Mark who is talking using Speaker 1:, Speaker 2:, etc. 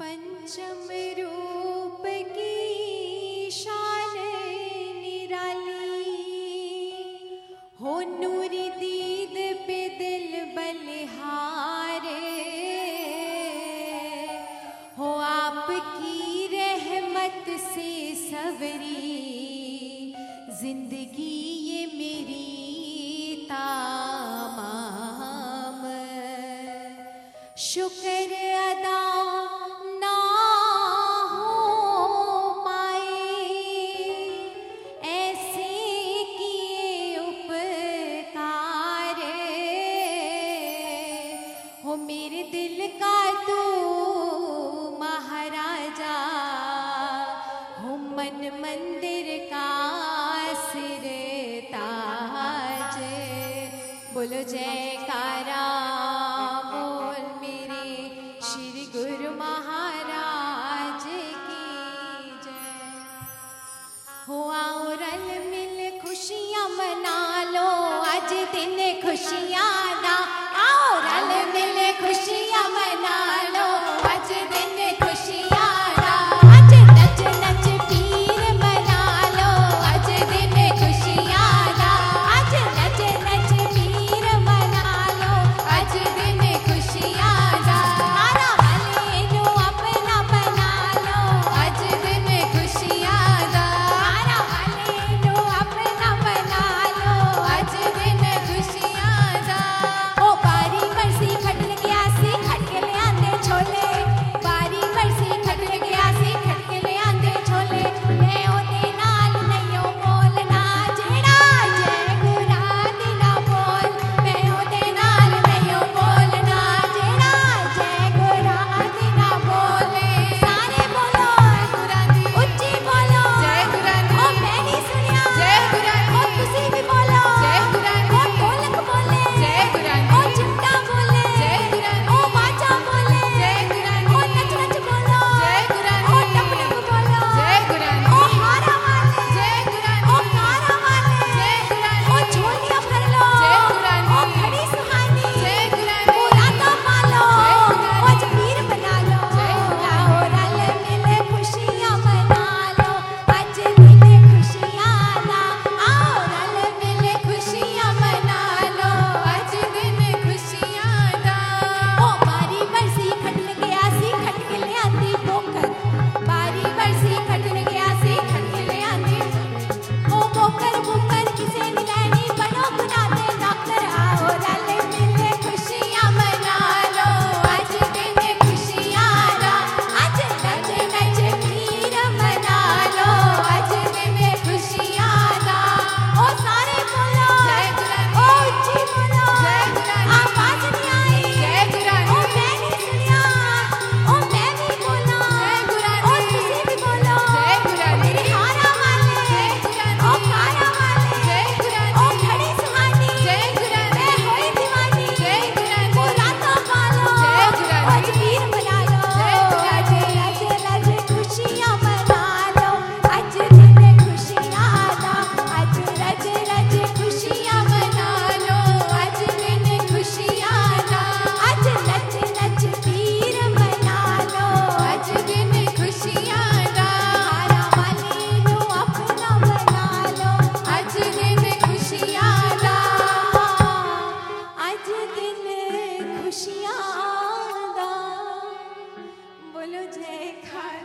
Speaker 1: पंचम रूप की शान निराली हो नूरी दीद पे दिल बलिहारे हो आपकी रहमत से सवरी जिंदगी ये मेरी तामाम शुक्र अदा ना हो पाए ऐसे किए उपकार हो मेरे दिल का तू महाराजा हो मन मंदिर का सिर ताज बोलो जयकारा बोल मेरे श्री गुरु महाराज की जय हो आओ रल मिल खुशियाँ मना लो आज दिन खुशियाँ ना आओ रल मिल खुशियाँ मना लो आज दिन खुशियाँ ना आज नच नच पीर मना लो आज दिन खुशियाँ ना आज नच नच पीर मना लो आज दिन खुशियाँ ना हरा भले नु अपना बना लो आज दिन खुशियाँ ना हरा भले नु अपना बना लो आज दिन खुशियाँ ना ओ बारी बरसी खटल गया सी खटल आंदे छोले बारी बरसी खटल गया सी खटल आंदे छोले मैं ओदे नाल नयो बोलना जेड़ा जय गुरा दी ना बोल मैं ओदे नाल नयो बोलना जेड़ा जय गुरा दी ना बोले सारे बोलो उच्ची बोलो जय गुरा ओ मैं नहीं सुनिया जय गुरा ओ तुसी भी बोलो जय गुरा ओ ढोलक बोले जय गुरा ओ चिमटा बोले जय गुरा ओ बाजा बोले जय गुरा ओ नच नच बोलो जय गुरा ओ टप टप बोलो जय गुरा ओ हारा वाले जय गुरा ओ कारा वाले जय गुरा ओ छोलिया भर लो जय गुरा ओ खड़ी सुहानी जय गुरा मुरादा पालो ओ जमीर बना लो जय गुरा ओ रल मिले खुशियां मना लो आज दिन खुशियां ना आओ रल मिले खुशियां मना लो आज दिन खुशियां ना ओ बारी बरसी खटल गया सी खटके ले आंदी ठोकर बारी बरसी खटल गया सी खटके ले आंदी ओ ठोकर मुकर किसे नहीं लेनी बनो खुदा दे डॉक्टर आओ रल मिले खुशियां मना लो आज दिन खुशियां ना आज नच नच पीर मना लो आज दिन खुशियां ना ओ सारे बोलो जय गुरु ओ जी बोलो जय गुरु आवाज नहीं आई जय गुरु ओ मैं नहीं सुनिया ओ मैं भी बोला जय गुरु ओ तुसी भी बोलो जय गुरु मेरे हारा वाले जय गुरु ओ कारा वाले जय गुरु ओ खड़ी सुहानी जय गुरु मैं होई दीवानी जय गुरु ओ राता पालो जय गुरु ओ जमीर बना लो जय गुरु आज आज खुशियां मना लो आज दिन खुशियां ना आज रज रज खुशियां मना लो आज दिन खुशियां ना आज नच नच पीर मना लो आज दिन खुशियां ना हारा वाले नु अपना बना लो आज दिन खुशियां ना आज दिन खुशियां ना बोलो जय खा